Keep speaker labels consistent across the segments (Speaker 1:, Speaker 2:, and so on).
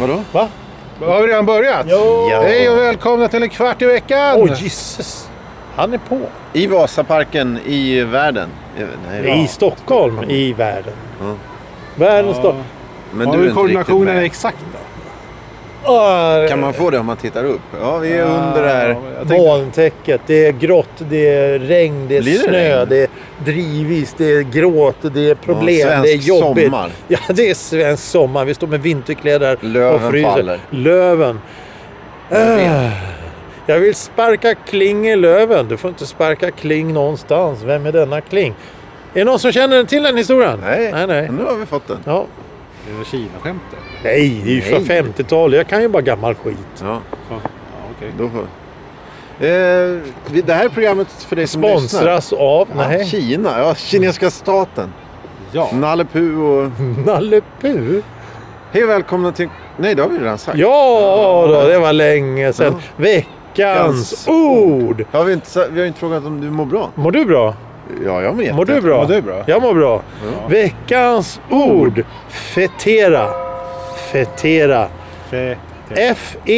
Speaker 1: Vadå?
Speaker 2: Va?
Speaker 1: Har vi redan börjat?
Speaker 2: Jo.
Speaker 1: Ja.
Speaker 2: Hej
Speaker 1: Hej och välkomna till en kvart i veckan!
Speaker 2: Åh jisses! Han är på.
Speaker 1: I Vasaparken i världen. Eh, Nej,
Speaker 2: I Stockholm, i världen.
Speaker 1: Ja.
Speaker 2: Världens ja.
Speaker 1: Men
Speaker 3: Har
Speaker 1: du är
Speaker 3: vi
Speaker 1: inte riktigt
Speaker 3: koordinationen
Speaker 1: med.
Speaker 3: exakt då?
Speaker 1: Kan man få det om man tittar upp? Ja, vi är
Speaker 2: Ah,
Speaker 1: under det
Speaker 3: Ja,
Speaker 1: här.
Speaker 3: jag tänkte,
Speaker 2: Molntäcket, det är grått, det är regn, det är
Speaker 1: Blir det
Speaker 2: snö,
Speaker 1: regn?
Speaker 2: det är drivis, det är gråt, det är problem,
Speaker 1: Ja,
Speaker 2: det är
Speaker 1: svensk
Speaker 2: jobbigt.
Speaker 1: sommar.
Speaker 2: Ja, det är svensk sommar. Vi står med vinterkläder
Speaker 1: Löven
Speaker 2: och fryser.
Speaker 1: faller.
Speaker 2: Löven.
Speaker 1: Jag vet.
Speaker 2: Ah, Jag vill sparka kling i löven. Du får inte sparka kling någonstans. Vem är denna kling? Är det någon som känner till den historien?
Speaker 1: Nej.
Speaker 2: Nej, nej.
Speaker 1: nu har vi fått den.
Speaker 2: Ja.
Speaker 3: det är väl Kina-skämt det?
Speaker 2: nej det är ju från
Speaker 1: Nej.
Speaker 2: 50-talet. Jag kan ju bara gammal skit.
Speaker 1: Ja,
Speaker 3: Ja, okej.
Speaker 1: då får... eh, vi- det här programmet för dig som lyssnar.
Speaker 2: Sponsras av...
Speaker 1: Ja,
Speaker 2: Nej.
Speaker 1: Kina, ja, kinesiska staten.
Speaker 3: Ja,
Speaker 1: Nalle Puh och...
Speaker 2: Nalle Puh.
Speaker 1: Hej och välkomna till... Nej, det har vi redan sagt.
Speaker 2: Ja, då, det var länge sedan. Veckans
Speaker 1: Veckans
Speaker 2: ord.
Speaker 1: Har vi, inte, sa- vi har inte frågat om du mår bra.
Speaker 2: Mår du bra?
Speaker 1: Ja, jag vet
Speaker 2: Mår du bra?
Speaker 3: Mår du bra?
Speaker 2: Jag mår bra. Veckans ord. Fetera. Fetera.
Speaker 3: fe, te,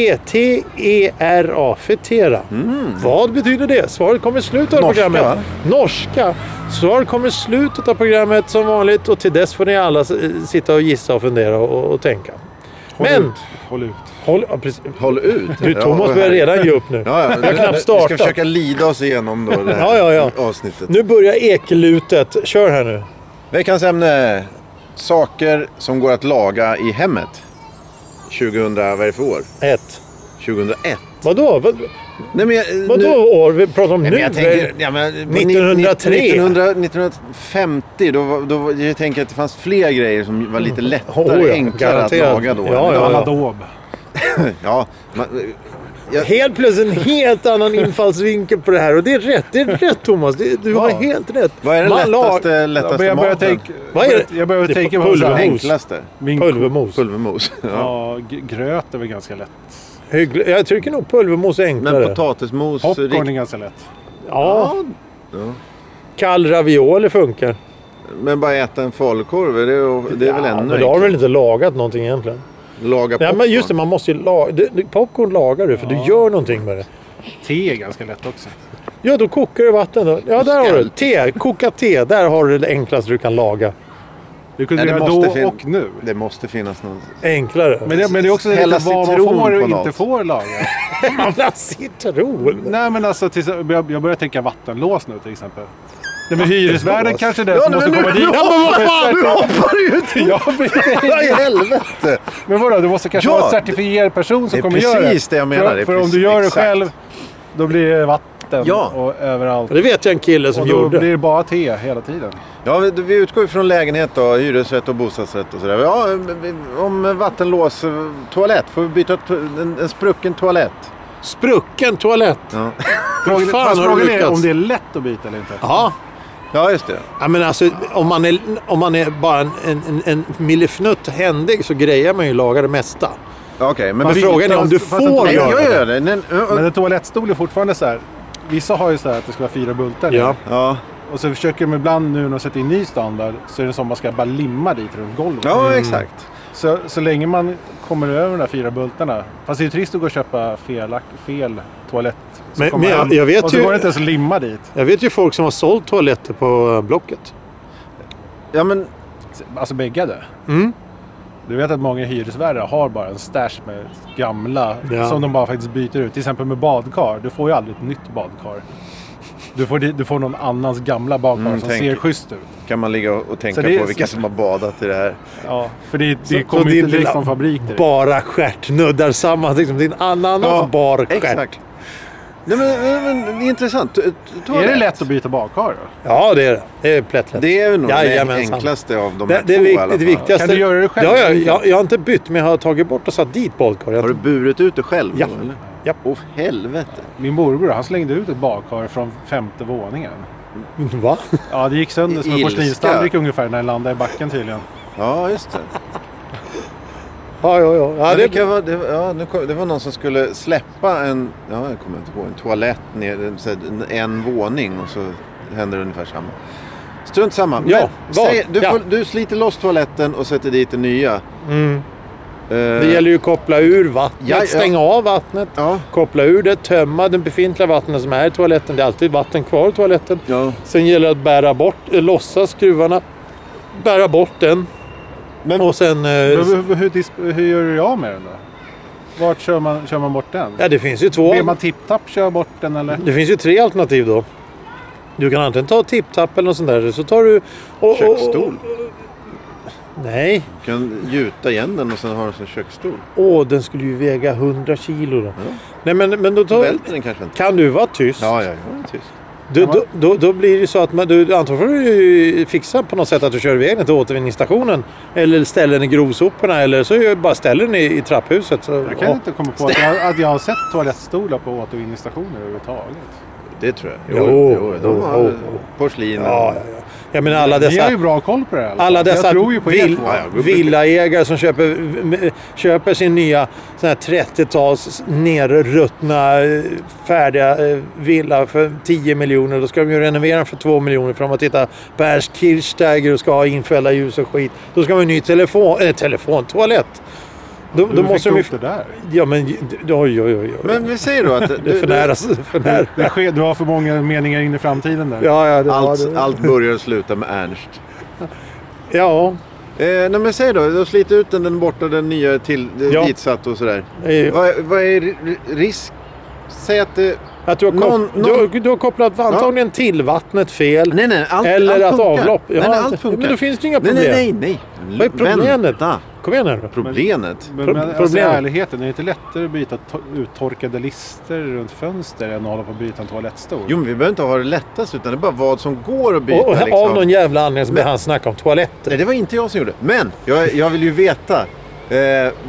Speaker 2: E F-E-T-E-R-A. Fetera. E Vad betyder det? Svaret kommer i slutet av
Speaker 1: Mm. Norska,
Speaker 2: programmet.
Speaker 1: va?
Speaker 2: Norska. Svaret kommer i slutet av programmet som vanligt och till dess får ni alla s- sitta och gissa och fundera och, och tänka.
Speaker 3: håll
Speaker 2: Men...
Speaker 3: ut, håll ut.
Speaker 2: Håll, ja, precis.
Speaker 1: Håll ut.
Speaker 2: Du, Thomas börjar redan ge upp nu.
Speaker 1: Ja, ja.
Speaker 2: Jag har knappt
Speaker 1: Vi ska
Speaker 2: startat.
Speaker 1: försöka lida oss igenom då det här
Speaker 2: Ja, ja, ja.
Speaker 1: avsnittet.
Speaker 2: Nu börjar ekelutet. Kör här nu.
Speaker 1: Veckans ämne. Saker som går att laga i hemmet. 2000, vad är det för år?
Speaker 2: Ett.
Speaker 1: 2001.
Speaker 2: Vadå? Vad,
Speaker 1: Nej, men jag,
Speaker 2: vadå
Speaker 1: nu-
Speaker 2: år? Vi pratar om
Speaker 1: Nej,
Speaker 2: nu.
Speaker 1: men jag tänker, ja, men, på ni-
Speaker 2: 1903.
Speaker 1: 1900, 1950, då, var- då var- jag tänker att det fanns fler grejer som var lite lättare,
Speaker 2: Oh, ja.
Speaker 1: enklare
Speaker 2: Garanterat.
Speaker 1: att laga då.
Speaker 2: Ja, ja.
Speaker 3: Aladob.
Speaker 1: Ja, man, jag,
Speaker 2: Helt plötsligt en helt annan infallsvinkel på det här. Och det är rätt. Det är rätt Thomas. Det, du har
Speaker 1: Ja.
Speaker 2: helt rätt.
Speaker 1: vad är den
Speaker 2: Man lag-
Speaker 1: lättaste, lättaste
Speaker 3: jag börjar
Speaker 1: maten? Alltså,
Speaker 3: tänka,
Speaker 2: Vad är det?
Speaker 3: jag börjar
Speaker 2: Det är
Speaker 3: tänka
Speaker 2: pulver.
Speaker 3: på så här,
Speaker 2: Häng.
Speaker 1: Enklaste?
Speaker 3: min
Speaker 2: Pulvermos.
Speaker 1: Pulvermos. Ja.
Speaker 3: Ja, g- gröt är väl ganska lätt.
Speaker 2: Hygglig- Jag tycker nog pulvermos är
Speaker 1: Men
Speaker 2: enklare.
Speaker 1: potatismos...
Speaker 3: Popcorn är
Speaker 1: rikt-
Speaker 3: ganska lätt.
Speaker 2: ja.
Speaker 1: Ja.
Speaker 2: Kall ravioli funkar.
Speaker 1: Men bara äta en falukorv, är det, det är väl
Speaker 2: Ja,
Speaker 1: ännu
Speaker 2: men då har du
Speaker 1: enklare?
Speaker 2: väl inte lagat någonting egentligen?
Speaker 1: Laga
Speaker 2: Ja,
Speaker 1: popcorn.
Speaker 2: men just det, man måste ju laga. du- du- Popcorn lagar du för du gör någonting med det.
Speaker 3: Te är ganska lätt också.
Speaker 2: Ja, då kokar du vatten. Då. Ja, där har du.
Speaker 1: Skall.
Speaker 2: Te. Koka te. Där har du det enklaste du kan laga.
Speaker 3: Du kunde
Speaker 1: Ja, det
Speaker 3: göra
Speaker 1: måste
Speaker 3: då
Speaker 1: fin-
Speaker 3: och nu.
Speaker 1: Det måste finnas någon...
Speaker 2: Enklare.
Speaker 3: Men det, men det är också lite
Speaker 1: Hälla
Speaker 3: vad man
Speaker 1: citron
Speaker 3: får och
Speaker 1: på
Speaker 3: inte
Speaker 1: något.
Speaker 3: får laga.
Speaker 2: Jävla citron!
Speaker 3: Nej men alltså, till, exempel- jag jag börjar tänka vattenlås nu till exempel. Nej men hyresvärden
Speaker 2: Vattenlås.
Speaker 3: kanske är den
Speaker 1: Ja,
Speaker 3: som
Speaker 1: nej,
Speaker 3: måste
Speaker 1: men
Speaker 3: komma
Speaker 1: nu-
Speaker 3: dit.
Speaker 1: nu
Speaker 3: men
Speaker 1: hoppar- nu hoppar du ut!
Speaker 3: Ja, men-
Speaker 1: Vad i helvete!
Speaker 3: Men vadå, du måste kanske
Speaker 1: Ja,
Speaker 3: vara en certifierad person
Speaker 1: det
Speaker 3: som
Speaker 1: är
Speaker 3: kommer göra det.
Speaker 1: precis det jag menar, det
Speaker 3: För,
Speaker 1: är
Speaker 3: för om du
Speaker 1: precis-
Speaker 3: gör det
Speaker 1: exakt.
Speaker 3: själv, då blir det vatten
Speaker 1: Ja.
Speaker 3: och överallt.
Speaker 2: Det vet jag en kille som
Speaker 3: Och då
Speaker 2: gjorde.
Speaker 3: blir det bara te hela tiden.
Speaker 1: Ja, vi, vi utgår ju från lägenhet då, hyresrätt och bostadsrätt och sådär. Ja, vi- om vattenlås, eh, toalett, får vi byta to- en, en sprucken toalett?
Speaker 2: Sprucken toalett.
Speaker 1: Ja,
Speaker 3: Frågan,
Speaker 2: fan
Speaker 3: fast
Speaker 2: har du
Speaker 3: frågan är
Speaker 2: lyckats?
Speaker 3: om det är lätt att byta eller inte.
Speaker 2: Ja.
Speaker 1: ja just det.
Speaker 2: ja, men alltså om man är, om man är bara en, en, en, en millifnutt händig så grejar man ju laga det mesta.
Speaker 1: Ja, Okej, men...
Speaker 2: Men
Speaker 1: vi-
Speaker 2: frågan är om du
Speaker 3: fast- fast inte-
Speaker 2: får
Speaker 1: Nej,
Speaker 2: göra
Speaker 1: jag
Speaker 2: det.
Speaker 1: gör det. Nej, nej,
Speaker 3: Men en toalettstol är fortfarande så här. Vissa har ju så här att det ska vara fyra bultar i.
Speaker 2: Ja.
Speaker 1: Ja,
Speaker 3: Och så försöker de ibland nu när de sätter in ny standard så är det som man ska bara limma dit runt golvet.
Speaker 1: ja exakt.
Speaker 3: Så, så länge man kommer över de där fyra bultarna. Fast det är ju trist att gå och köpa fel, fel toalett. som
Speaker 2: Men-
Speaker 3: kommer
Speaker 2: men jag-
Speaker 3: hem.
Speaker 2: jag vet
Speaker 3: och så
Speaker 2: ju-
Speaker 3: går det inte ens att limma dit.
Speaker 2: Jag vet ju folk som har sålt toaletter på eh, Blocket.
Speaker 1: Ja, men...
Speaker 3: Alltså bägge det.
Speaker 2: Mm.
Speaker 3: Du vet att många hyresvärdar har bara en stash med gamla
Speaker 2: Ja.
Speaker 3: som de bara faktiskt byter ut. Till exempel med badkar. Du får ju aldrig ett nytt badkar. Du får, du får någon annans gamla badkar
Speaker 1: Mm,
Speaker 3: som
Speaker 1: tänk.
Speaker 3: ser schysst ut.
Speaker 1: Kan man ligga och och tänka
Speaker 3: Så det är-
Speaker 1: på vilka som har badat i det här?
Speaker 3: Ja, för det, det
Speaker 2: Så-
Speaker 3: kommer
Speaker 2: så
Speaker 3: ju
Speaker 2: din
Speaker 3: inte direkt
Speaker 2: lilla
Speaker 3: från fabrik direkt.
Speaker 2: Bara stjärtnuddar samma. Liksom, det är en annan bar stjärt.
Speaker 1: Exakt. Nej, men, men, men intressant. To- to-
Speaker 3: Är det
Speaker 1: toalett.
Speaker 3: lätt att byta badkar då?
Speaker 2: Ja, det är det. Det är plättlätt.
Speaker 1: Det är nog det
Speaker 2: Jajamensan.
Speaker 1: enklaste av de
Speaker 2: Det,
Speaker 1: här
Speaker 2: det är
Speaker 1: två i
Speaker 2: vik-
Speaker 1: alla
Speaker 2: det
Speaker 1: fall.
Speaker 2: viktigaste.
Speaker 3: Kan du göra det själv?
Speaker 2: Ja, ja, jag, jag har inte bytt, men jag har tagit bort och satt dit badkar. Jag
Speaker 1: Har du burit ut det själv?
Speaker 2: Ja.
Speaker 1: då, eller?
Speaker 2: Ja.
Speaker 1: Åh, helvete.
Speaker 3: Min morbror han slängde ut ett badkar från femte våningen.
Speaker 2: Va?
Speaker 3: Ja, det gick sönder som en
Speaker 1: Ilska.
Speaker 3: porslinstandik ungefär när den landade i backen tydligen.
Speaker 1: Ja, just det.
Speaker 2: Ja, ja, ja. ja
Speaker 1: Ja,
Speaker 2: det
Speaker 1: det, kan vara, det, ja, nu kom, det var någon som skulle släppa en, ja, jag kommer inte ihåg, en toalett ner en, så här, en, en våning och så händer ungefär samma. Strunt samma. Men
Speaker 2: Ja, vad?
Speaker 1: säg, du,
Speaker 2: Ja.
Speaker 1: får, du sliter loss toaletten och sätter dit den nya. Eh,
Speaker 2: Mm. Det gäller ju att koppla ur vattnet,
Speaker 1: Ja, ja.
Speaker 2: stänga av vattnet,
Speaker 1: Ja.
Speaker 2: koppla ur det, tömma den befintliga vattnet som är i toaletten. Det är alltid vatten kvar i toaletten.
Speaker 1: ja.
Speaker 2: Sen gäller det att bära bort, eh, lossa skruvarna, bära bort den
Speaker 1: Men,
Speaker 2: och sen... eh,
Speaker 3: Men hur, hur, dis- hur gör du av med den då? Vart kör man, kör man bort den?
Speaker 2: Ja, det finns ju två.
Speaker 3: Ber man tipptapp köra bort den eller?
Speaker 2: Det finns ju tre alternativ då. Du kan antingen ta tipptapp eller något sånt där. Så tar du... och- och-
Speaker 1: köksstol.
Speaker 2: Nej.
Speaker 1: Du kan gjuta igen den och sen har du en köksstol.
Speaker 2: Åh, den skulle ju väga 100 kilo då. Nej, men, men då
Speaker 1: Då
Speaker 2: tar...
Speaker 1: välter den kanske inte.
Speaker 2: Kan du vara tyst?
Speaker 1: Ja, ja, ja. det är Tyst.
Speaker 2: Du, då, då, då blir det ju så att man, du, antagligen får du ju fixa på något sätt att du kör iväg den till återvinningsstationen. Eller ställer den i grovsoporna. Eller så gör- bara ställer den i, i trapphuset. Så,
Speaker 3: Jag kan
Speaker 2: ja.
Speaker 3: inte komma på att jag, att jag har sett toalettstolar på återvinningsstationer överhuvudtaget.
Speaker 1: Det tror jag.
Speaker 2: Jo,
Speaker 1: de
Speaker 2: jo,
Speaker 1: har
Speaker 2: jo, jo.
Speaker 1: porslin.
Speaker 2: Ja, ja, ja. Jag menar alla dessa...
Speaker 3: Ni har ju bra koll på det här. i
Speaker 2: Alla
Speaker 3: fall.
Speaker 2: dessa
Speaker 3: jag tror ju på er
Speaker 2: vill,
Speaker 3: två.
Speaker 1: Ja, ja.
Speaker 2: villaägare som köper, m- köper sin nya sån här 30-tals nerruttna eh, färdiga eh, villa för 10 miljoner. Då ska de ju renovera den för 2 miljoner för de har tittat på Ernst Kirchsteiger och ska ha infällda ljus och skit. Då ska man ha en ny telefon, äh, telefontoalett. Då, då
Speaker 3: Hur
Speaker 2: måste
Speaker 3: fick
Speaker 2: de
Speaker 3: du
Speaker 2: ju...
Speaker 3: upp det där?
Speaker 2: Ja men j- oj, oj, oj. oj.
Speaker 1: Men vi säger då att
Speaker 2: det är för nära. För nära.
Speaker 3: Det sker, du har för många meningar in i framtiden där.
Speaker 2: Ja, ja, det, ja,
Speaker 1: allt,
Speaker 2: det,
Speaker 1: allt börjar och slutar med Ernst.
Speaker 2: ja,
Speaker 1: Eh, nej men säg då, då sliter ut den, den borta, den nya är till, eh,
Speaker 2: Ja.
Speaker 1: ditsatt och sådär.
Speaker 2: Eh,
Speaker 1: Vad, vad är ri- ri- risk? Säg att det...
Speaker 2: Att du har, kop-
Speaker 1: Någon-
Speaker 2: Du, har,
Speaker 1: någon-
Speaker 2: du har kopplat antagligen till vattnet fel.
Speaker 1: Nej nej, allt,
Speaker 2: Eller
Speaker 1: allt
Speaker 2: att
Speaker 1: funkar.
Speaker 2: avlopp.
Speaker 1: Nej,
Speaker 2: Ja,
Speaker 1: nej,
Speaker 2: men
Speaker 1: allt funkar.
Speaker 2: då finns det inga
Speaker 1: Nej, Nej,
Speaker 2: problem.
Speaker 1: nej, nej.
Speaker 2: Vad är problemet?
Speaker 1: Vänta.
Speaker 2: Kom igen nu då.
Speaker 1: Problemet?
Speaker 3: Men, men alltså, i
Speaker 2: Problem.
Speaker 3: ärligheten, är det inte lättare att byta to- uttorkade lister runt fönster än att hålla på att byta en toalettstol?
Speaker 1: Jo, men vi behöver inte ha det lättast, utan det är bara vad som går att byta.
Speaker 2: Och, och
Speaker 1: liksom.
Speaker 2: av någon jävla anledning så börjar han snacka om
Speaker 1: Nej,
Speaker 2: toaletter.
Speaker 1: det var inte jag som gjorde. Men jag, jag vill ju veta. Eh,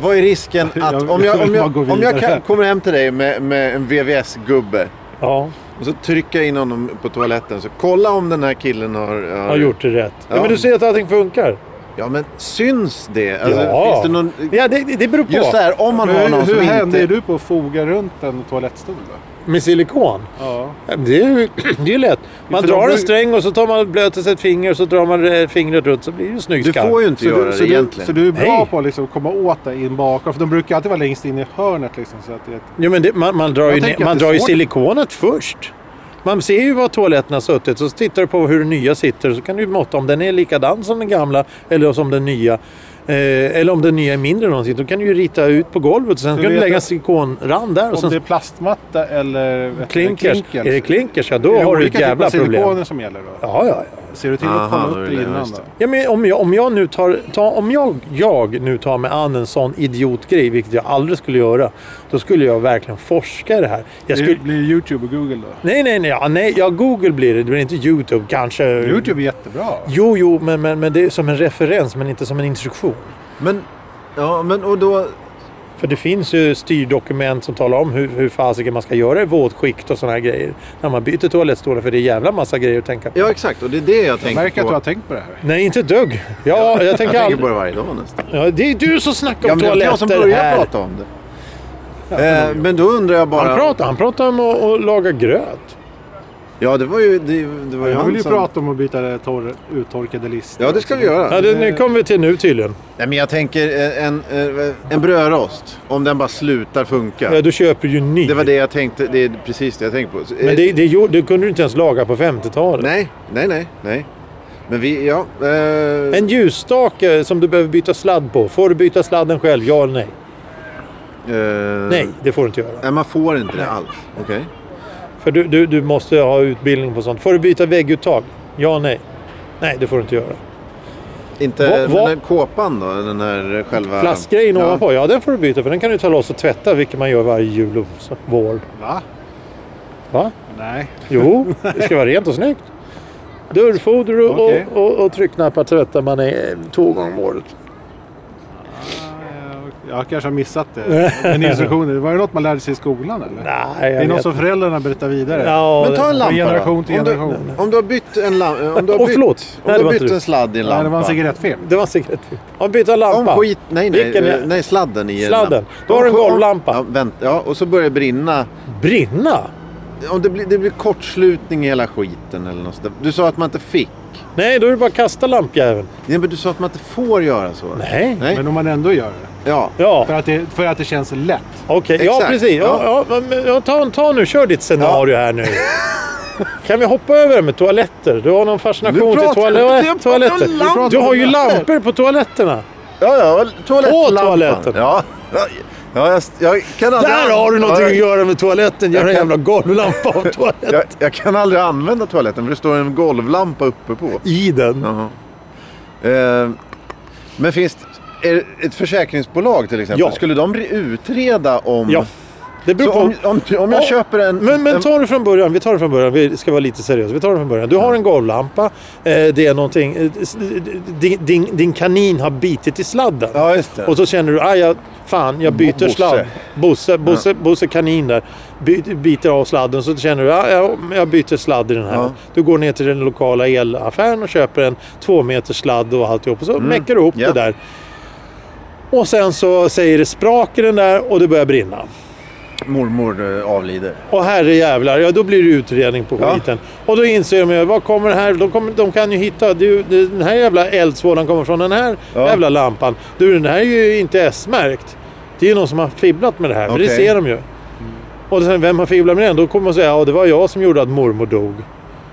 Speaker 1: vad är risken
Speaker 3: Jag-
Speaker 1: att om jag,
Speaker 3: jag
Speaker 1: om
Speaker 3: vill bara
Speaker 1: jag,
Speaker 3: gå
Speaker 1: om jag
Speaker 3: vidare.
Speaker 1: kan, kommer hem till dig med, med en VVS-gubbe
Speaker 2: Ja,
Speaker 1: och så trycker jag in honom på toaletten så kolla om den här killen har... har-
Speaker 2: har gjort det rätt. Ja.
Speaker 1: Ja.
Speaker 2: men du ser att allting funkar.
Speaker 1: Ja, men syns det? Alltså,
Speaker 2: Ja.
Speaker 1: Finns det någon...
Speaker 2: Ja, det, det beror på.
Speaker 1: Just det här, om man har
Speaker 3: hur
Speaker 1: någon
Speaker 3: hur
Speaker 1: som
Speaker 3: händer
Speaker 1: inte...
Speaker 3: du på att foga runt en toalettstol då?
Speaker 2: Med silikon.
Speaker 3: Ja.
Speaker 2: Det är ju det är ju lätt. Man
Speaker 3: För de
Speaker 2: drar
Speaker 3: blir-
Speaker 2: en sträng och så tar man blöter sig ett finger och så drar man eh, fingret runt så blir det en snygg
Speaker 1: Du
Speaker 2: skarv.
Speaker 1: får ju inte göra
Speaker 3: så,
Speaker 1: det
Speaker 3: du,
Speaker 1: egentligen.
Speaker 3: så du är bra
Speaker 2: Nej.
Speaker 3: på att liksom komma åt det in bakom? För de brukar alltid vara längst in i hörnet. Liksom, så att det är ett...
Speaker 2: Jo, men det, man, man drar,
Speaker 3: Jag
Speaker 2: ju,
Speaker 3: tänker
Speaker 2: ner-
Speaker 3: att
Speaker 2: man
Speaker 3: det är
Speaker 2: drar ju
Speaker 3: svårt.
Speaker 2: silikonet först. Man ser ju var toaletten har suttit. Så tittar du på hur den nya sitter så kan du ju måtta om den är likadan som den gamla eller som den nya. Eh, eller om den nya är mindre än någonsin. Då kan du ju rita ut på golvet. och Sen kan du
Speaker 3: vet
Speaker 2: lägga en
Speaker 3: jag-
Speaker 2: silikonrand där. Och
Speaker 3: Om det är
Speaker 2: sen
Speaker 3: plastmatta eller vet du,
Speaker 2: klinkers.
Speaker 3: klinkers.
Speaker 2: Är det klinkers, ja då
Speaker 3: Är det
Speaker 2: har du ett
Speaker 3: olika typer
Speaker 2: jävla
Speaker 3: av
Speaker 2: problem.
Speaker 3: silikoner som gäller då?
Speaker 2: Ja, ja, ja.
Speaker 3: Ser du till
Speaker 1: Aha,
Speaker 3: att
Speaker 1: då
Speaker 3: kolla
Speaker 1: är
Speaker 3: upp
Speaker 1: det
Speaker 3: det
Speaker 1: det,
Speaker 3: innan
Speaker 1: just
Speaker 3: då?
Speaker 1: det.
Speaker 2: Ja, men om jag, om jag nu tar, ta, om jag, jag nu tar mig an en sån idiotgrej, vilket jag aldrig skulle göra, då skulle jag verkligen forska i det här. Jag
Speaker 3: Det
Speaker 2: skulle,
Speaker 3: blir Youtube och Google då?
Speaker 2: Nej, nej, nej. Ja, nej ja, Google blir det. Det blir inte YouTube kanske.
Speaker 3: Youtube är jättebra.
Speaker 2: Jo, jo, men, men, men det är som en referens men inte som en instruktion.
Speaker 1: Men, ja, men och då...
Speaker 2: För det finns ju styrdokument som talar om hur, hur fasiken man ska göra i våtskikt och sådana här grejer. När man byter toalettstolar för det är jävla massa grejer att tänka på.
Speaker 1: Ja, exakt. Och det är det jag
Speaker 3: Jag
Speaker 1: tänker
Speaker 3: märker att
Speaker 1: på.
Speaker 3: du har tänkt på det här.
Speaker 2: Nej, inte ett dugg. Ja, jag tänker
Speaker 1: jag tänker på
Speaker 2: aldrig...
Speaker 1: det varje dag nästan.
Speaker 2: Ja, det är du som snackar
Speaker 1: Ja,
Speaker 2: om
Speaker 1: men det var jag som
Speaker 2: toaletter
Speaker 1: började
Speaker 2: här.
Speaker 1: prata om det. Eh, men då undrar jag bara...
Speaker 2: Han pratar, han pratar om att, att laga gröt.
Speaker 1: Ja, det var ju, det, det var ju
Speaker 3: Jag
Speaker 1: han
Speaker 3: vill ju
Speaker 1: som...
Speaker 3: prata om att byta torr, uttorkade listor.
Speaker 1: Ja, det ska vi göra.
Speaker 2: Ja, det, nu kommer vi till nu tydligen.
Speaker 1: Nej, men jag tänker eh, en, eh, en brödrost, om den bara slutar funka.
Speaker 2: Ja, du köper ju ny.
Speaker 1: Det var det jag tänkte, det är precis det jag tänkte på. Så, eh,
Speaker 2: Men det, det, gjorde- det kunde du inte ens laga på 50-talet.
Speaker 1: Nej, nej, nej, nej. Men vi, ja... Eh,
Speaker 2: En ljusstake som du behöver byta sladd på. Får du byta sladden själv? Ja eller
Speaker 1: Mm.
Speaker 2: nej?
Speaker 1: eh,
Speaker 2: Nej, det får du inte göra.
Speaker 1: Nej, man får inte det alls. Okej.
Speaker 2: För du, du, du måste ha utbildning på sånt. Får du byta vägguttag? Ja nej? Nej, det får du inte göra.
Speaker 1: Inte
Speaker 2: Va- va-
Speaker 1: den här kåpan då, den här själva...
Speaker 2: Plastgrejen ovanpå, ja den får du byta för den kan du ta loss och tvätta vilket man gör varje jul och så- vår.
Speaker 3: Va?
Speaker 2: Va?
Speaker 3: Nej.
Speaker 2: Jo, det ska vara rent och snyggt. Dörrfoder och,
Speaker 3: Okej.
Speaker 2: och, och, och tryckknappar tvättar man eh, två gånger om året.
Speaker 3: Ah, ja, okej. Jag kanske har missat det. Men instruktioner, var det något man lärde sig i skolan eller?
Speaker 2: Nej,
Speaker 3: det är
Speaker 2: jag
Speaker 3: något
Speaker 2: vet
Speaker 3: som
Speaker 2: inte.
Speaker 3: föräldrarna berättar vidare.
Speaker 2: Ja,
Speaker 1: Men ta
Speaker 2: det-
Speaker 1: en lampa
Speaker 3: generation till
Speaker 1: då. Om du,
Speaker 3: generation.
Speaker 1: om du har bytt en lampa. Om du har
Speaker 2: Åh,
Speaker 1: bytt,
Speaker 2: förlåt.
Speaker 1: Om du
Speaker 2: Nej, det var
Speaker 1: har
Speaker 2: inte
Speaker 1: bytt
Speaker 2: du.
Speaker 1: en sladd i en
Speaker 3: Nej,
Speaker 1: lampa.
Speaker 3: det var en cigarettfilm.
Speaker 2: Det var cigarettfilm. Ja, byta lampa.
Speaker 1: Om skit, nej, nej,
Speaker 2: Vilken är-
Speaker 1: nej, sladden i en
Speaker 2: Sladden.
Speaker 1: lampa.
Speaker 2: Då har du en
Speaker 1: Om- om-
Speaker 2: golvlampa.
Speaker 1: Ja, vänt, ja, och så börjar det brinna.
Speaker 2: Brinna?
Speaker 1: Om det, blir, det blir kortslutning i hela skiten eller något sånt där. Du sa att man inte fick.
Speaker 2: Nej, då är det bara att kasta lampjäveln.
Speaker 1: Nej, men du sa att man inte får göra så.
Speaker 2: Nej.
Speaker 1: nej.
Speaker 3: Men om man ändå gör det.
Speaker 1: Ja.
Speaker 2: Ja,
Speaker 3: För att det, för att det känns lätt.
Speaker 2: okej. Ja,
Speaker 1: Exakt.
Speaker 2: precis. Ja, ja. men, ja, ta, ta nu, kör ditt scenario här nu. Kan vi hoppa över det här med toaletter? Du har någon fascination
Speaker 1: Nu
Speaker 2: till
Speaker 1: pratar-
Speaker 2: toale-
Speaker 1: jag pratar om
Speaker 2: toaletter.
Speaker 1: lampor.
Speaker 2: Du har ju lampor på toaletterna.
Speaker 1: Ja, ja, toalettlampan.
Speaker 2: På toaletten.
Speaker 1: Ja, ja, ja jag, jag kan aldrig...
Speaker 2: Där har du någonting
Speaker 1: ja,
Speaker 2: att göra med toaletten. Gör en
Speaker 1: Jag kan-
Speaker 2: jävla golvlampa av toaletten.
Speaker 1: Jag, jag kan aldrig använda toaletten för det står en golvlampa uppe på.
Speaker 2: I den.
Speaker 1: Jaha. Eh, men finns det, är ett försäkringsbolag till exempel,
Speaker 2: Ja.
Speaker 1: skulle de re- utreda om...
Speaker 2: Ja. Det beror
Speaker 1: Så
Speaker 2: på.
Speaker 1: om, om, om jag
Speaker 2: Ja,
Speaker 1: köper en...
Speaker 2: Men, men
Speaker 1: en
Speaker 2: ta det från början. Vi tar det från början. Vi ska vara lite seriösa. Vi tar det från början. Du har en golvlampa. Eh, Det är någonting... eh, s- Din, din, din kanin har bitit i sladden.
Speaker 1: ja, just det.
Speaker 2: Och så känner du, aj, jag, fan jag byter
Speaker 1: Bosse.
Speaker 2: sladd. Bosse, Bosse, Bosse kanin där. By, biter av sladden så känner du, aj, jag, jag byter sladd i den här.
Speaker 1: Ja.
Speaker 2: Du går ner till den lokala elaffären och köper en två meter sladd och alltihop. Och så mäcker du ihop
Speaker 1: Mm. Ja.
Speaker 2: det där. Och sen så säger det sprak i den där och det börjar brinna.
Speaker 1: Mormor eh, avlider.
Speaker 2: Och herre jävlar, ja då blir det utredning på
Speaker 1: Ja.
Speaker 2: skiten. Och då inser de ju, vad kommer det här? De, kommer, de kan ju hitta, det är ju- det- den här jävla eldsvådan kommer från den här
Speaker 1: Ja.
Speaker 2: jävla lampan. Du, den här är ju inte S-märkt. Det är ju någon som har fibblat med det här, för det
Speaker 1: Okej. Mm.
Speaker 2: ser de ju. Och sen, vem har fibblat med den? Då kommer de säga, ja det var jag som gjorde att mormor dog.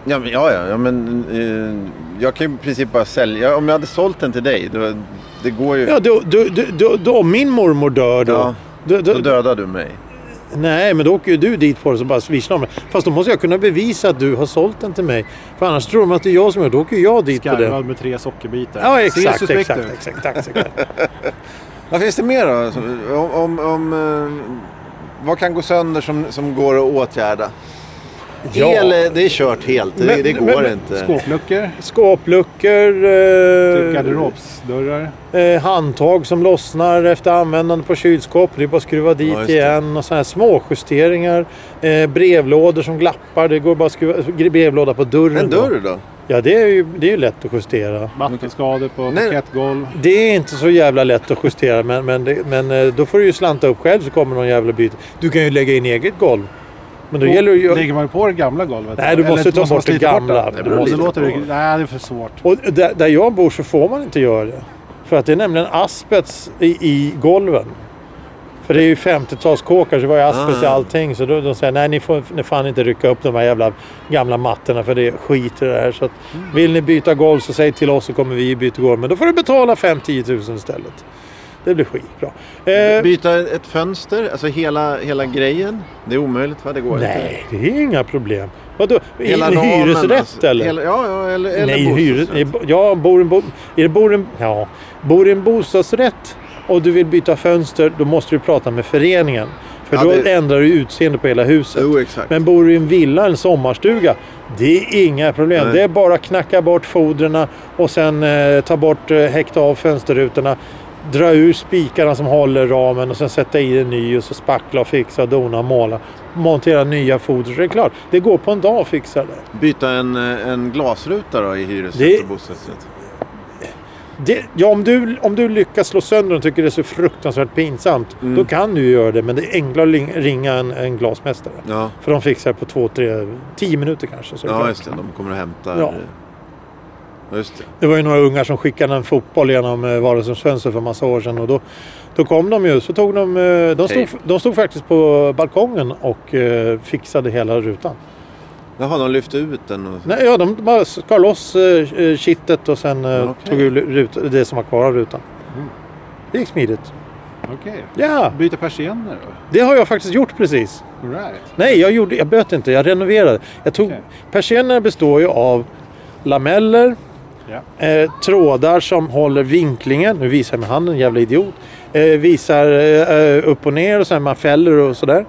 Speaker 1: Ja, men- ja, ja, ja, men eh, jag kan ju i princip bara sälja. Om jag hade sålt den till dig, då, det går ju...
Speaker 2: Ja, då, då, då, då, då, om min mormor dör då.
Speaker 1: Ja.
Speaker 2: Då, då,
Speaker 1: Då dödar du mig.
Speaker 2: nej, men då åker ju du dit på det och bara swishar om det. Fast då måste jag kunna bevisa att du har sålt den till mig. För annars tror de att det är jag som gör det. Då åker jag dit på den.
Speaker 3: Skarvad med tre sockerbitar.
Speaker 2: Ja,
Speaker 3: Ser
Speaker 2: exakt,
Speaker 3: suspekt
Speaker 2: exakt,
Speaker 3: ut.
Speaker 2: exakt, exakt, exakt.
Speaker 1: Vad finns det mer då? Som- Om, om, om, eh, vad kan gå sönder som, som går att åtgärda?
Speaker 2: Ja.
Speaker 1: El, eh, det är kört helt. det,
Speaker 2: Men-
Speaker 1: det
Speaker 2: men-
Speaker 1: går
Speaker 2: men-
Speaker 1: inte.
Speaker 3: Skåpluckor,
Speaker 2: Skåpluckor,
Speaker 3: typ
Speaker 2: eh,
Speaker 3: garderobsdörrar.
Speaker 2: eh, handtag som lossnar efter användande på kylskåp. Det är bara att skruva dit
Speaker 1: just det.
Speaker 2: igen. Och såna här små justeringar. Eh, brevlådor som glappar. Det går bara att skruva brevlåda på dörren.
Speaker 1: En
Speaker 2: då.
Speaker 1: dörr då?
Speaker 2: Ja, det är, ju, det är ju lätt att justera.
Speaker 3: Vattenskador på
Speaker 1: Nej.
Speaker 3: parkettgolv.
Speaker 2: Det är inte så jävla lätt att justera, men, men, det, men eh, då får du ju slanta upp själv så kommer någon jävla byte. Du kan ju lägga in eget golv. Men då gäller det ju...
Speaker 3: Lägger man på det gamla golvet?
Speaker 2: Nej, du
Speaker 3: Eller
Speaker 2: måste ta
Speaker 3: man
Speaker 2: bort det
Speaker 3: slita
Speaker 2: gamla.
Speaker 1: Det
Speaker 3: Du
Speaker 1: beror
Speaker 3: måste
Speaker 1: lite
Speaker 3: låta
Speaker 1: på.
Speaker 3: det... Nej, det är för svårt.
Speaker 2: Och där, där jag bor så får man inte göra det. För att det är nämligen asbest i, i golven. För det är ju 50-talskåkar så det var ju asbest i
Speaker 1: Ah.
Speaker 2: allting. Så då, de säger nej ni får ni fan inte rycka upp de här jävla gamla mattorna för det är skit i det här. Så att,
Speaker 1: Mm.
Speaker 2: vill ni byta golv så säg till oss så kommer vi byta golv. Men då får du betala 5-10 tusen istället. Det blir skitbra. Eh,
Speaker 1: Byta ett fönster, alltså hela, hela grejen. Det är omöjligt va? Det går inte.
Speaker 2: nej, det är inga problem. Vadå? I
Speaker 1: Hela
Speaker 2: en
Speaker 1: ramen,
Speaker 2: hyresrätt
Speaker 1: alltså.
Speaker 2: eller?
Speaker 1: Hela, ja, ja, eller, eller
Speaker 2: Nej,
Speaker 1: bostadsrätt.
Speaker 2: hyres... i- Ja, bor en bo... är det bor en... Ja, bor i en bostadsrätt och du vill byta fönster, då måste du prata med föreningen. För
Speaker 1: Ja,
Speaker 2: då
Speaker 1: det-
Speaker 2: ändrar du utseende på hela huset.
Speaker 1: Jo, exakt.
Speaker 2: Men bor du i en villa, en sommarstuga, det är inga problem.
Speaker 1: Nej.
Speaker 2: Det är bara att knacka bort fodrarna och sen eh, ta bort, eh, häkta av fönsterrutorna, dra ur spikarna som håller ramen och sen sätta i en ny och så spackla och fixa, dona och måla. Montera nya foder, det är klart. Det går på en dag att fixa det.
Speaker 1: Byta en, eh, en glasruta då i hyresrätt
Speaker 2: Det-
Speaker 1: och bostadsrätt.
Speaker 2: Det, ja, om du, om du lyckas slå sönder den och tycker det är så fruktansvärt pinsamt,
Speaker 1: Mm.
Speaker 2: då kan du ju göra det. Men det är enklare att ling- ringa en, en glasmästare.
Speaker 1: Ja,
Speaker 2: För de fixar det på två, tre, tio minuter kanske. Så är det,
Speaker 1: ja
Speaker 2: klart.
Speaker 1: just det. De kommer och hämtar.
Speaker 2: Ja.
Speaker 1: Ja, Just det.
Speaker 2: det var ju några ungar som skickade en fotboll genom eh, vardagsrumsfönster för massa år sedan. Och då, då kom de ju. Så tog de, eh, de, stod,
Speaker 1: Hej.
Speaker 2: de stod faktiskt på balkongen och eh, fixade hela rutan.
Speaker 1: Jaha, de lyfte ut den och...
Speaker 2: Nej, ja, de bara skar loss eh, eh, kittet och sen eh,
Speaker 1: Okej. Mm.
Speaker 2: tog ur rut- det som var kvar av rutan. Det gick smidigt.
Speaker 3: Okej.
Speaker 2: Ja,
Speaker 3: Byta persienner då?
Speaker 2: det har jag faktiskt gjort precis.
Speaker 3: All right.
Speaker 2: Nej, jag, gjorde, jag böt inte. Jag renoverade. Jag tog,
Speaker 3: Okej.
Speaker 2: Persiennerna består ju av lameller,
Speaker 3: Ja.
Speaker 2: eh, trådar som håller vinklingen. Nu visar jag med handen, jävla idiot. Eh, visar eh, eh, upp och ner och sen man fäller och sådär.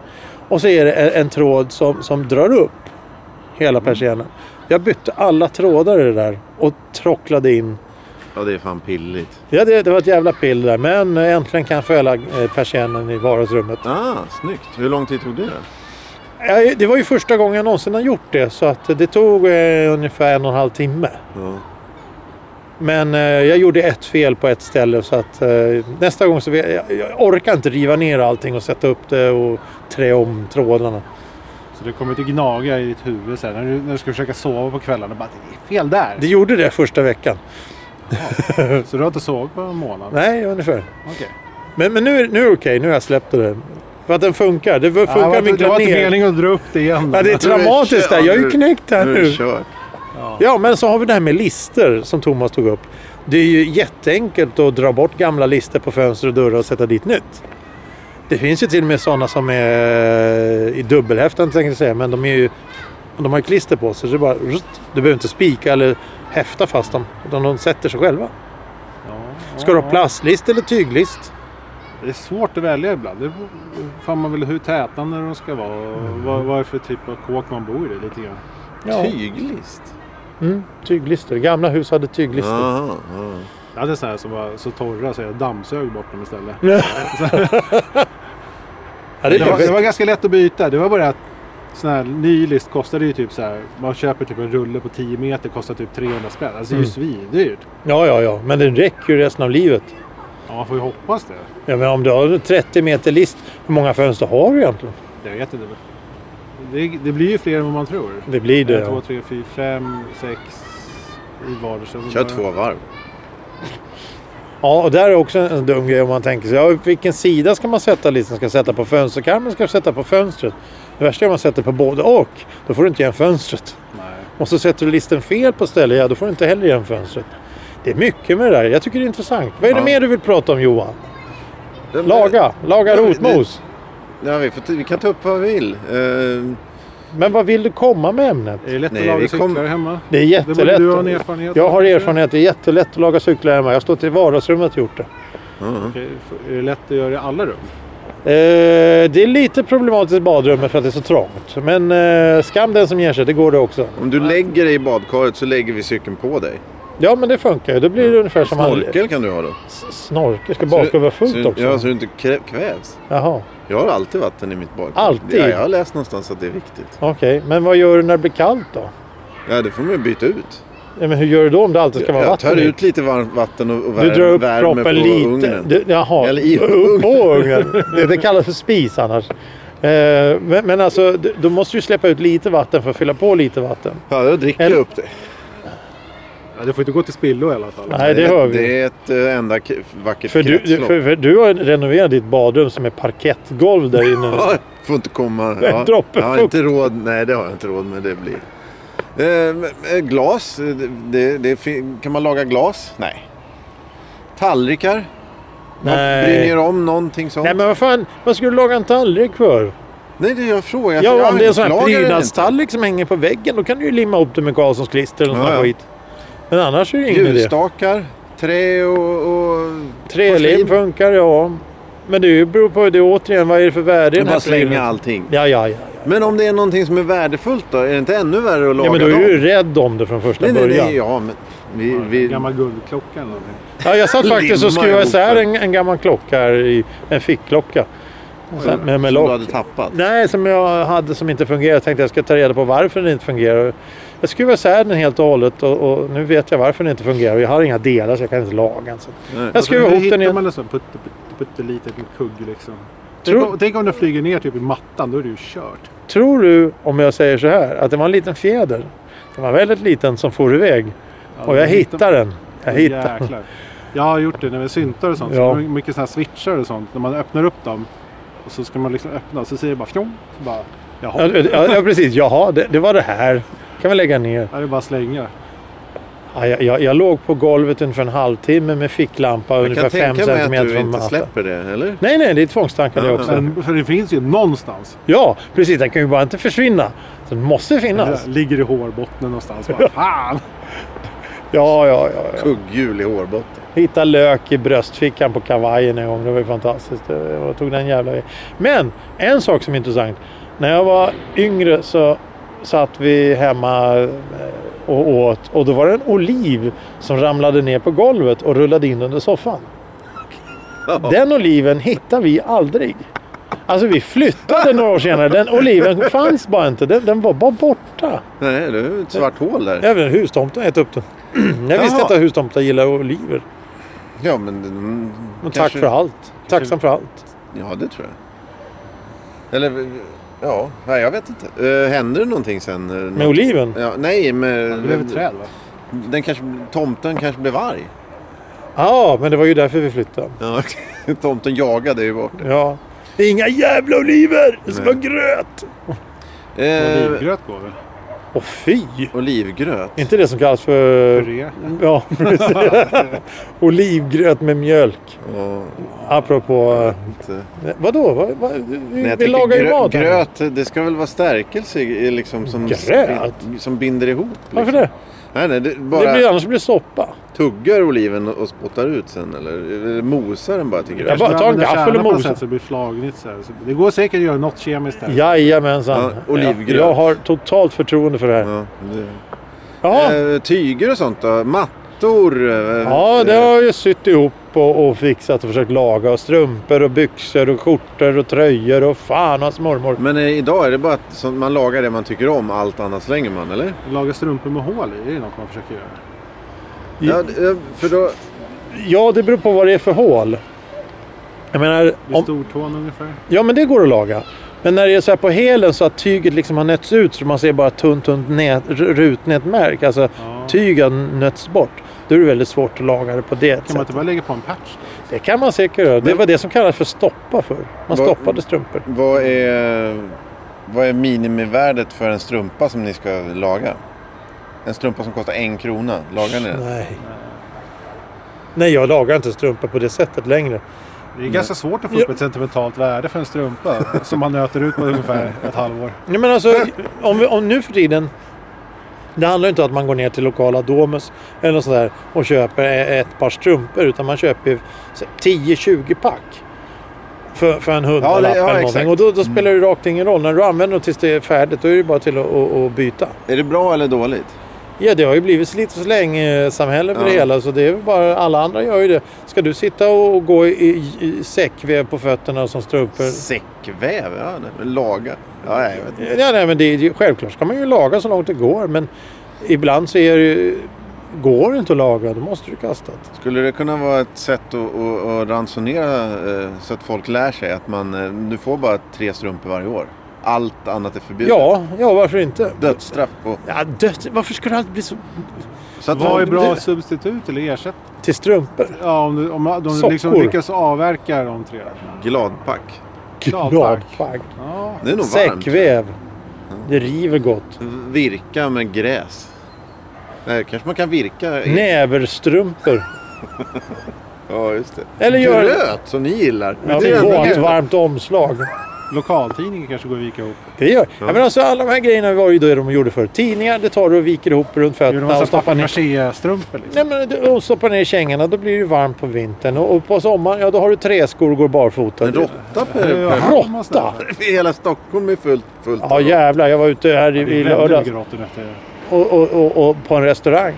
Speaker 2: Och så är det eh, en, en tråd som, som drar upp
Speaker 3: Mm.
Speaker 2: hela persiennen. Jag bytte alla trådar i det där och trocklade in
Speaker 1: Ja, det är fan pilligt.
Speaker 2: Ja, det, det var ett jävla pill där. Men eh, äntligen kan jag fälla eh, persiennen i vardagsrummet.
Speaker 1: Ah, snyggt. Hur lång tid tog det då?
Speaker 2: Ja, Det var ju första gången jag någonsin har gjort det. Så att eh, det tog eh, ungefär en och en halv timme.
Speaker 1: Ja.
Speaker 2: Men eh, jag gjorde ett fel på ett ställe så att eh, nästa gång så vet jag, jag orkar inte riva ner allting och sätta upp det och trä om trådarna.
Speaker 3: Så det kommer att gnaga i ditt huvud sen när du, när du ska försöka sova på kvällarna. Bara, det är fel där.
Speaker 2: Det gjorde det första veckan.
Speaker 3: Så du har inte sovit på en månad?
Speaker 2: Nej, ungefär.
Speaker 3: Okej.
Speaker 2: Men, men nu, är- nu är det okej, nu har jag släppt det. För att den funkar. Det
Speaker 3: Ja, det var
Speaker 2: funkar
Speaker 3: inte- det
Speaker 2: vinklat
Speaker 3: var inte
Speaker 2: ner.
Speaker 3: meningen att dra upp det
Speaker 2: Ja,
Speaker 3: igen.
Speaker 2: det är
Speaker 1: Nu är det
Speaker 2: dramatiskt där.
Speaker 1: kört.
Speaker 2: Jag är ju knäckt här
Speaker 1: Nu är det
Speaker 2: nu.
Speaker 1: kört.
Speaker 2: Ja, men så har vi det här med lister som Thomas tog upp. Det är ju jätteenkelt att dra bort gamla lister på fönster och dörrar och sätta dit nytt. Det finns ju till och med sådana som är eh, i dubbelhäften tänkte jag säga, men de är ju de har ju klister på sig så det är bara rutt. Du behöver inte spika eller häfta fast dem, utan de sätter sig själva.
Speaker 3: Ja,
Speaker 2: Ska du
Speaker 3: ja.
Speaker 2: ha plastlist eller tyglist?
Speaker 3: Det är svårt att välja ibland. Det beror- fan man vill hur tätande de ska vara och
Speaker 2: Mm.
Speaker 3: vad, vad är för typ av kåk man bor i lite grann.
Speaker 1: Tyglist?
Speaker 2: Mm, tyglister. Gamla hus hade tyglister.
Speaker 1: Jaha, ja.
Speaker 3: Jag hade sådana här som var så torra så jag dammsög bort dem istället.
Speaker 2: Ja, det
Speaker 3: Det
Speaker 2: är
Speaker 3: var, det
Speaker 2: perfekt.
Speaker 3: var ganska lätt att byta. Det var bara att sån här ny list kostade ju typ så här. Man köper typ en rulle på 10 meter kostar typ 300 spänn. Alltså det är ju
Speaker 2: Mm.
Speaker 3: svindyrt.
Speaker 2: Ja, ja, ja. Men den räcker ju resten av livet.
Speaker 3: Ja, man får ju hoppas det.
Speaker 2: Ja, men om du har 30 meter list, hur många fönster har du egentligen?
Speaker 3: Jag vet inte. Det, det blir ju fler än vad man tror.
Speaker 2: Det blir det.
Speaker 3: En, två,
Speaker 2: Ja.
Speaker 3: tre, fyra, fem, sex i vardagsrummet.
Speaker 1: Kör
Speaker 3: bara.
Speaker 1: två varv.
Speaker 2: ja, och där är också en dum grej om man tänker sig, ja, vilken sida ska man sätta listan? Ska jag sätta på fönsterkarmen? Ska jag sätta på fönstret? Det värsta är om man sätter på både och. Då får du inte igen fönstret.
Speaker 3: Nej.
Speaker 2: Och så sätter du listen fel på stället, ja då får du inte heller igen fönstret. Det är mycket med det där. Jag tycker det är intressant. Vad är det
Speaker 1: Ja.
Speaker 2: mer du vill prata om Johan?
Speaker 1: Det-
Speaker 2: Laga, laga
Speaker 1: Ja, men
Speaker 2: rotmos.
Speaker 1: Ja, vi, får, vi kan ta upp vad vi vill. Eh,
Speaker 2: Men vad vill du komma med ämnet?
Speaker 3: Är det lätt
Speaker 1: Nej,
Speaker 3: att laga
Speaker 1: vi kom-
Speaker 3: cyklar hemma?
Speaker 2: Det är
Speaker 3: Det borde
Speaker 2: jättelätt.
Speaker 3: du ha en erfarenhet
Speaker 2: jag har
Speaker 3: av, kanske?
Speaker 2: erfarenhet. Det är jättelätt att laga cyklar hemma. Jag har stått i vardagsrummet och gjort det.
Speaker 1: ja.
Speaker 3: Okej, f- Är det lätt att göra i alla rum?
Speaker 2: Eh, det är lite problematiskt i badrummet för att det är så trångt. Men eh, skam den som ger sig, det går det också.
Speaker 1: Om du lägger dig i badkaret så lägger vi cykeln på dig.
Speaker 2: Ja men det funkar ju. Då blir det ungefär som...
Speaker 1: Snorkel kan du ha då.
Speaker 2: Han... S- Snorkel? Ska
Speaker 1: Så
Speaker 2: badkaret
Speaker 1: du-
Speaker 2: vara
Speaker 1: så
Speaker 2: fullt
Speaker 1: du-
Speaker 2: också?
Speaker 1: Ja, så du inte krä- kvävs.
Speaker 2: Jaha,
Speaker 1: Jag har alltid vatten i mitt badkar.
Speaker 2: Alltid?
Speaker 1: Ja, jag har läst någonstans att det är viktigt.
Speaker 2: okej. Men vad gör du när det blir kallt då?
Speaker 1: Ja, det får man ju byta ut.
Speaker 2: Ja, men hur gör du då om det alltid ska vara
Speaker 1: jag
Speaker 2: vatten
Speaker 1: tar
Speaker 2: i?
Speaker 1: ut lite varmt vatten och, och
Speaker 2: Du
Speaker 1: värme,
Speaker 2: drar upp
Speaker 1: värme på
Speaker 2: proppen lite.
Speaker 1: ugnen.
Speaker 2: Du, jaha,
Speaker 1: Eller i
Speaker 2: upp på ugnen. Det, det kallas för spis annars. Eh, men, men alltså, d- då måste du släppa ut lite vatten för att fylla på lite vatten.
Speaker 1: Ja, då dricker
Speaker 2: Eller-
Speaker 1: jag upp det.
Speaker 3: Ja, det får inte gå till spillo i alla fall.
Speaker 2: Nej, det
Speaker 1: är-
Speaker 2: hör vi.
Speaker 1: Det är ett eh, enda k- vackert
Speaker 2: För du, du-
Speaker 1: kretslopp.
Speaker 2: för, för du har renoverat ditt badrum som är parkettgolv där inne. nu.
Speaker 1: Ja, får inte komma.
Speaker 2: är en droppe
Speaker 1: jag har
Speaker 2: fukt.
Speaker 1: inte råd. Nej, det har jag inte råd med. Det blir. Eh, men, eh, glas. eh, Det, det, fin- kan man laga glas? Nej. Tallrikar? Man
Speaker 2: Nej.
Speaker 1: bryr om någonting sånt?
Speaker 2: Nej men vad fan, vad ska du laga en tallrik för?
Speaker 1: Nej, det är jag frågar.
Speaker 2: Ja,
Speaker 1: Jag
Speaker 2: om det är en sån här
Speaker 1: anklagar er inte.
Speaker 2: prydnadstallrik som hänger på väggen då kan du ju limma upp det med Karlssons klister eller
Speaker 1: Ja,
Speaker 2: sån här
Speaker 1: ja.
Speaker 2: skit. Men annars är det ingen idé.
Speaker 1: Ljusstakar, trä och... och
Speaker 2: Trälim
Speaker 1: porslin.
Speaker 2: funkar, ja. Men det är ju- beror på, det är återigen, vad är det för värde i
Speaker 1: Det är
Speaker 2: den
Speaker 1: bara
Speaker 2: här
Speaker 1: att slänga
Speaker 2: prylen?
Speaker 1: allting.
Speaker 2: Ja, ja, ja. ja.
Speaker 1: Men om det är någonting som är värdefullt då? Är det inte ännu värre att laga
Speaker 2: Ja, men då är
Speaker 1: dem?
Speaker 2: du ju rädd om det från första
Speaker 1: Nej, nej,
Speaker 2: början.
Speaker 1: nej. Ja, men vi,
Speaker 3: En
Speaker 1: vi,
Speaker 3: gammal guldklocka eller någonting.
Speaker 2: Ja, jag satt faktiskt och
Speaker 1: Limma
Speaker 2: skruvade
Speaker 1: ihop
Speaker 2: isär
Speaker 1: det.
Speaker 2: en, en gammal klocka här, i, en fickklocka. Och sen Med, med
Speaker 1: som du
Speaker 2: lock.
Speaker 1: hade tappat.
Speaker 2: Nej, som jag hade som inte fungerade. Jag tänkte jag ska ta reda på varför den inte fungerar. Jag skruvade isär den helt och hållet och, och nu vet jag varför den inte fungerar. Jag har inga delar så jag kan inte laga den. Så.
Speaker 1: Nej.
Speaker 2: Jag skruvar ihop den
Speaker 3: igen.
Speaker 2: igen.
Speaker 3: Alltså, man en sån putte, putte, puttelitet med kugg liksom.
Speaker 2: Tror-
Speaker 3: Tänk, om, tänk om den flyger ner typ i mattan, då är det ju kört.
Speaker 2: Tror du, om jag säger så här, att det var en liten fjäder? Den var väldigt liten som for iväg.
Speaker 3: Ja,
Speaker 2: Och jag
Speaker 3: den
Speaker 2: hittade den. Jag hittade den.
Speaker 3: Jäklar. Jag har gjort det när vi syntar och sånt.
Speaker 2: Ja.
Speaker 3: Ja. Mycket sådana här switchar och sånt. När man öppnar upp dem och så ska man liksom öppna så säger det bara fjong. Så bara, jaha.
Speaker 2: Ja, ja, ja, precis. Jaha, det, det var det här. kan vi lägga ner.
Speaker 3: Här är det bara att slänga.
Speaker 2: Ja, jag, jag, jag låg på golvet ungefär en halvtimme med ficklampa
Speaker 1: Jag
Speaker 2: ungefär
Speaker 1: kan
Speaker 2: fem
Speaker 1: tänka mig att
Speaker 2: centimeter
Speaker 1: du
Speaker 2: från
Speaker 1: inte
Speaker 2: mattan.
Speaker 1: släpper det, eller?
Speaker 2: Nej, nej, det är tvångstankar det
Speaker 1: Ja,
Speaker 2: också.
Speaker 3: Men, för det finns ju någonstans.
Speaker 2: Ja, precis. Den kan ju bara inte försvinna. Den måste finnas.
Speaker 3: Det Ligger i hårbotten någonstans. Bara, fan!
Speaker 2: Ja, ja, ja. ja.
Speaker 1: Kugghjul i hårbotten.
Speaker 2: Hitta lök i bröstfickan på kavajen en gång. Det var ju fantastiskt. Jag tog den jävla Men en sak som är intressant. När jag var yngre så satt vi hemma eh, och åt. Och då var det en oliv som ramlade ner på golvet och rullade in under soffan. Den oliven hittade vi aldrig. Alltså vi flyttade några år senare. Den oliven fanns bara inte. Den, den var bara borta.
Speaker 1: Nej, det är ju ett svart hål där.
Speaker 2: Även hustomten äter upp den. Jag visste
Speaker 1: Jaha.
Speaker 2: inte att hustomtar gillar oliver.
Speaker 1: Ja, men... mm,
Speaker 2: Men tack
Speaker 1: kanske-
Speaker 2: för allt. Tacksam för allt.
Speaker 1: Ja, det tror jag. Eller, ja, nej, jag vet inte. Eh, händer det någonting sen? eh,
Speaker 2: Med oliven?
Speaker 1: Ja, nej, med...
Speaker 3: Det blev ett träd va?
Speaker 1: Den kanske, tomten kanske blev arg.
Speaker 2: Ja, men det var ju därför vi flyttade.
Speaker 1: Ja, tomten jagade ju bort.
Speaker 2: Ja. Inga jävla oliver! Det ska
Speaker 1: Nej.
Speaker 2: vara gröt!
Speaker 1: Eh,
Speaker 3: Olivgröt går väl?
Speaker 2: Åh fy!
Speaker 1: olivgröt.
Speaker 2: inte det som kallas för...
Speaker 3: Puré?
Speaker 2: Ja, precis. Olivgröt med mjölk.
Speaker 1: Och,
Speaker 2: Apropå... eh,
Speaker 1: inte-
Speaker 2: Vadå? Vad- vad- vi
Speaker 1: Nej, jag
Speaker 2: vi
Speaker 1: tänker
Speaker 2: lagar ju
Speaker 1: grö-
Speaker 2: mat. här.
Speaker 1: Gröt, det ska väl vara stärkelse i- liksom, som,
Speaker 2: Gröt?
Speaker 1: som binder ihop. Liksom.
Speaker 2: Varför det?
Speaker 1: Nej, nej, det
Speaker 2: det
Speaker 1: bara
Speaker 2: blir, annars blir det soppa.
Speaker 1: tuggar oliven och spottar ut sen eller, eller mosar den bara till gröt.
Speaker 2: Jag bara
Speaker 3: Kanske
Speaker 2: tar en
Speaker 3: använder
Speaker 2: gaffel och
Speaker 3: kärnan på
Speaker 2: mosar.
Speaker 3: något sätt Så det blir flagnigt. Så här. Så det går säkert att göra något kemiskt här.
Speaker 2: Jajamensan.
Speaker 1: Ja, olivgröt.
Speaker 2: Jag, jag har totalt förtroende för det här.
Speaker 1: Ja, det...
Speaker 2: Jaha.
Speaker 1: Eh, tyger och sånt då? Mattor? eh,
Speaker 2: Ja, det
Speaker 1: eh,
Speaker 2: har jag ju sytt ihop och, och fixat och försökt laga. Och strumpor och byxor och skjortor och tröjor och fan hans mormor.
Speaker 1: Men eh, idag är det bara att så- man lagar det man tycker om, allt annat slänger man, eller?
Speaker 3: Laga strumpor med hål i, är det något man försöker göra?
Speaker 1: Ja, d- eh, för då...
Speaker 2: Ja, det beror på vad det är för hål. Jag menar,
Speaker 3: Vid
Speaker 2: om,
Speaker 3: stortån ungefär.
Speaker 2: ja men det går att laga. Men när det är så här på hälen så att tyget liksom har nötts ut så man ser bara ett tunt, tunt nät, r- rutnätmärk. Alltså
Speaker 3: Ja.
Speaker 2: tyg har nötts bort. Då är det väldigt svårt att laga det på det
Speaker 3: Kan man inte
Speaker 2: sättet.
Speaker 3: bara lägga på en patch? Då?
Speaker 2: Det kan man säkert göra. Det
Speaker 1: Men-
Speaker 2: var det som kallades för stoppa förr. Man
Speaker 1: Vad-
Speaker 2: stoppade strumpor.
Speaker 1: Vad är, vad är minimivärdet för en strumpa som ni ska laga? En strumpa som kostar en krona, lagar ni den?
Speaker 2: Nej. Nej, jag lagar inte strumpor på det sättet längre.
Speaker 3: Det är ganska svårt att få upp ett sentimentalt värde för en strumpa som man nöter ut på ungefär ett halvår.
Speaker 2: Nej, men alltså, om, vi, om nu för tiden... Det handlar ju inte om att man går ner till lokala Domus eller något sånt där och köper e- ett par strumpor utan man köper ju så, 10-20 pack. För, för en hundralapp
Speaker 1: Ja, det- ja,
Speaker 2: eller
Speaker 1: exakt. Mm.
Speaker 2: någonting. Och då, då spelar det ju rakt ingen roll. När du använder det tills det är färdigt då är det ju bara till att, att, att byta.
Speaker 1: Är det bra eller dåligt?
Speaker 2: Ja, det har ju blivit slit och släng-samhälle för eh, det
Speaker 1: Ja.
Speaker 2: hela. Så det är väl bara, alla andra gör ju det. Ska du sitta och, och gå i, i, i säckväv på fötterna som strumpor?
Speaker 1: Säckväv? Ja, nej, men laga? Ja, nej, jag vet inte.
Speaker 2: Ja, nej, men det, är ju- självklart ska man ju laga så långt det går. Men ibland så är det ju, går det inte att laga. Då måste du kasta det.
Speaker 1: Skulle det kunna vara ett sätt att, att, att ransonera eh, så att folk lär sig att man, eh, du får bara tre strumpor varje år? Allt annat är förbjudet.
Speaker 2: Ja, ja, varför inte?
Speaker 1: Dödsstraff på...
Speaker 2: Ja, döds, varför ska det alltid bli så...
Speaker 1: Så att
Speaker 3: Vad är
Speaker 1: folk-
Speaker 3: bra
Speaker 2: det-
Speaker 3: substitut eller ersättning?
Speaker 2: Till strumpor?
Speaker 3: Ja, om du, om, om du liksom
Speaker 2: Sockor.
Speaker 3: lyckas avverka de tre.
Speaker 1: Gladpack.
Speaker 3: Gladpack.
Speaker 2: Gladpack.
Speaker 3: Ja.
Speaker 1: Det är nog varmt.
Speaker 2: Säckväv. Det river gott.
Speaker 1: Virka med gräs. Nej, kanske man kan virka i...
Speaker 2: Näverstrumpor.
Speaker 1: Ja, just det.
Speaker 2: Eller gör-
Speaker 1: Gröt, som ni gillar.
Speaker 2: Ja,
Speaker 1: är ännu
Speaker 2: våt,
Speaker 1: mer.
Speaker 2: varmt omslag.
Speaker 3: Lokaltidningen kanske går att vika ihop.
Speaker 2: Det gör ja. men alltså Alla de här grejerna var ju det de gjorde förr. Tidningar, det tar du och viker ihop runt
Speaker 3: Gör du
Speaker 2: fötterna och
Speaker 3: massa
Speaker 2: stoppar ner
Speaker 3: papier-maché-strumpor liksom?
Speaker 2: Nej, men du- och stoppar ner i kängorna, då blir det ju varmt på vintern. Och och på sommaren, ja då har du träskor och går barfota.
Speaker 1: En råtta på
Speaker 3: Ja.
Speaker 2: Råtta!
Speaker 1: Hela Stockholm är fullt, fullt
Speaker 2: Ja jävlar, jag var ute här i,
Speaker 3: Det
Speaker 2: i
Speaker 3: är väldigt
Speaker 2: lördags
Speaker 3: mycket råttor efter.
Speaker 2: och, och, och, och på en restaurang.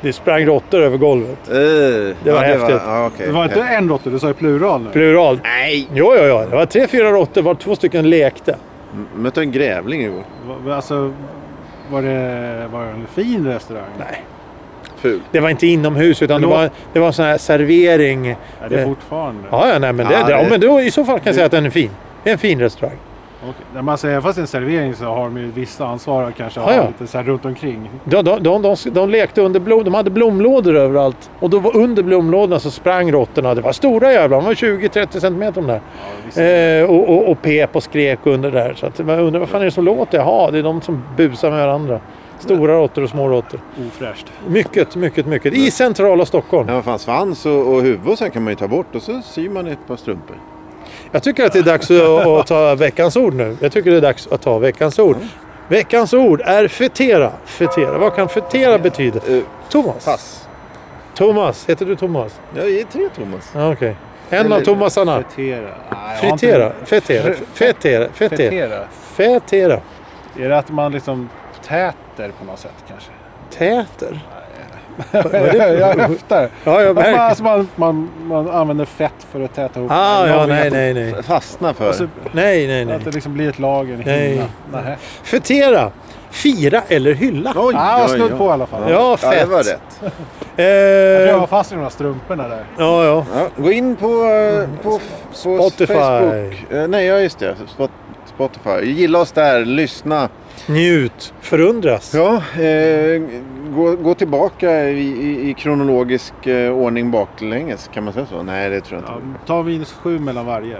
Speaker 2: Det sprang råttor över golvet.
Speaker 1: Eh, ja, det
Speaker 2: var häftigt.
Speaker 1: ja, okej.
Speaker 3: Det var inte en råtta, du sa ju plural nu.
Speaker 2: Plural.
Speaker 1: Nej!
Speaker 2: Jo, jo, jo. Det var tre, fyra råttor var två stycken lekte.
Speaker 1: M- Mötte en grävling igår.
Speaker 3: Va- Alltså, var det, var det en fin restaurang?
Speaker 2: Nej.
Speaker 1: Ful.
Speaker 2: Det var inte inomhus utan det
Speaker 3: Förlåt?
Speaker 2: var, det var en sån här servering.
Speaker 3: Är det
Speaker 2: Eh,
Speaker 3: fortfarande?
Speaker 2: Ja, ja, nej, men, det,
Speaker 1: Ja,
Speaker 2: det, ja,
Speaker 1: det-
Speaker 2: men då, i så fall kan jag säga att den är fin. Det är en fin restaurang.
Speaker 3: Okej. Nej, men alltså, även fast det är en servering så har de ju ett visst ansvar att kanske
Speaker 2: Ja,
Speaker 3: ha
Speaker 2: ja.
Speaker 3: lite så här runt omkring.
Speaker 2: De, de, de, de, de lekte under blom, de hade blomlådor överallt. Och då var under blomlådorna så sprang råttorna. Det var stora jävlar, de var 20-30 centimeter de där. Eh, och, och, och pep och skrek under där. Så att man undrar vad fan är det som låter? Jaha, det är de som busar med varandra. Stora råttor och små råttor.
Speaker 3: Ofräscht.
Speaker 2: Mycket, mycket, mycket. I centrala Stockholm.
Speaker 1: Ja, vad fan, svans och, och huvud och sen kan man ju ta bort och så syr man ett par strumpor.
Speaker 2: Jag tycker att det är dags att, att ta veckans ord nu. Jag tycker det är dags att ta veckans ord. Veckans ord är fetera. Fetera. Vad kan fetera betyda?
Speaker 1: Eh,
Speaker 2: Thomas.
Speaker 1: pass.
Speaker 2: Thomas. Heter du Thomas?
Speaker 1: Jag ger tre Thomas.
Speaker 2: Ja, okej. En
Speaker 1: Eller-
Speaker 2: av Thomasarna.
Speaker 3: Fritera. Nej, jag har inte-
Speaker 2: Fritera. Fetera.
Speaker 3: Fr-
Speaker 2: Fetera. Fetera.
Speaker 3: Fritera.
Speaker 2: Fetera.
Speaker 3: Är det att man liksom täter på något sätt kanske?
Speaker 2: kateter?
Speaker 3: jag höftar.
Speaker 2: Ja, jag
Speaker 3: Man,
Speaker 2: märker.
Speaker 3: alltså man, man, man använder fett för att täta ihop.
Speaker 2: Ah, ja,
Speaker 3: Lagret.
Speaker 2: nej, nej, nej.
Speaker 1: Fastna för.
Speaker 3: Alltså,
Speaker 2: Nej, nej, nej.
Speaker 3: Att det liksom blir ett lager, en
Speaker 2: Nej.
Speaker 3: hinna. Nej.
Speaker 2: Fetera. Fira eller hylla.
Speaker 1: Oj,
Speaker 3: Ah, jag
Speaker 1: oj,
Speaker 3: snudd
Speaker 1: oj.
Speaker 3: på i alla fall.
Speaker 2: Ja,
Speaker 1: Ja, det
Speaker 2: fett.
Speaker 1: var rätt.
Speaker 2: Eh,
Speaker 3: Jag var
Speaker 2: ja,
Speaker 3: fast i de här strumporna där.
Speaker 2: ja.
Speaker 1: Ja, gå in på, eh, på, f- på
Speaker 2: Spotify.
Speaker 1: Facebook. Eh, nej, ja, just det. Spot, Spotify. Gilla oss där, lyssna.
Speaker 2: Njut. Förundras.
Speaker 1: Ja, eh, gå, gå tillbaka i, i, i kronologisk eh, ordning baklänges. Kan man säga så? Nej, det tror jag
Speaker 3: Ja,
Speaker 1: inte.
Speaker 3: ta minus sju mellan varje.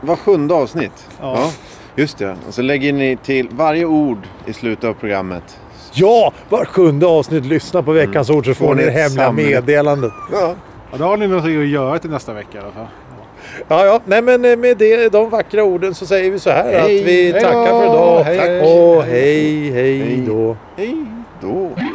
Speaker 1: Var sjunde avsnitt.
Speaker 3: Ja.
Speaker 1: just det. Och så lägger ni till varje ord i slutet av programmet.
Speaker 2: Ja, var sjunde avsnitt lyssna på veckans ord så får
Speaker 1: Mm. Får
Speaker 2: ni
Speaker 1: ni
Speaker 2: det
Speaker 1: ett
Speaker 2: hemliga
Speaker 1: samling.
Speaker 2: meddelandet.
Speaker 1: Ja.
Speaker 3: Ja, då har ni någonting att göra till nästa vecka i alla fall.
Speaker 2: Ja, ja. Nej, men eh, med det, de vackra orden så säger vi så här
Speaker 1: Hej,
Speaker 2: att
Speaker 1: hej
Speaker 2: vi tackar
Speaker 1: då,
Speaker 2: för idag.
Speaker 1: hej,
Speaker 2: Tack.
Speaker 1: hej.
Speaker 2: Och hej, hej
Speaker 1: Hej.
Speaker 2: då.
Speaker 1: Hej då.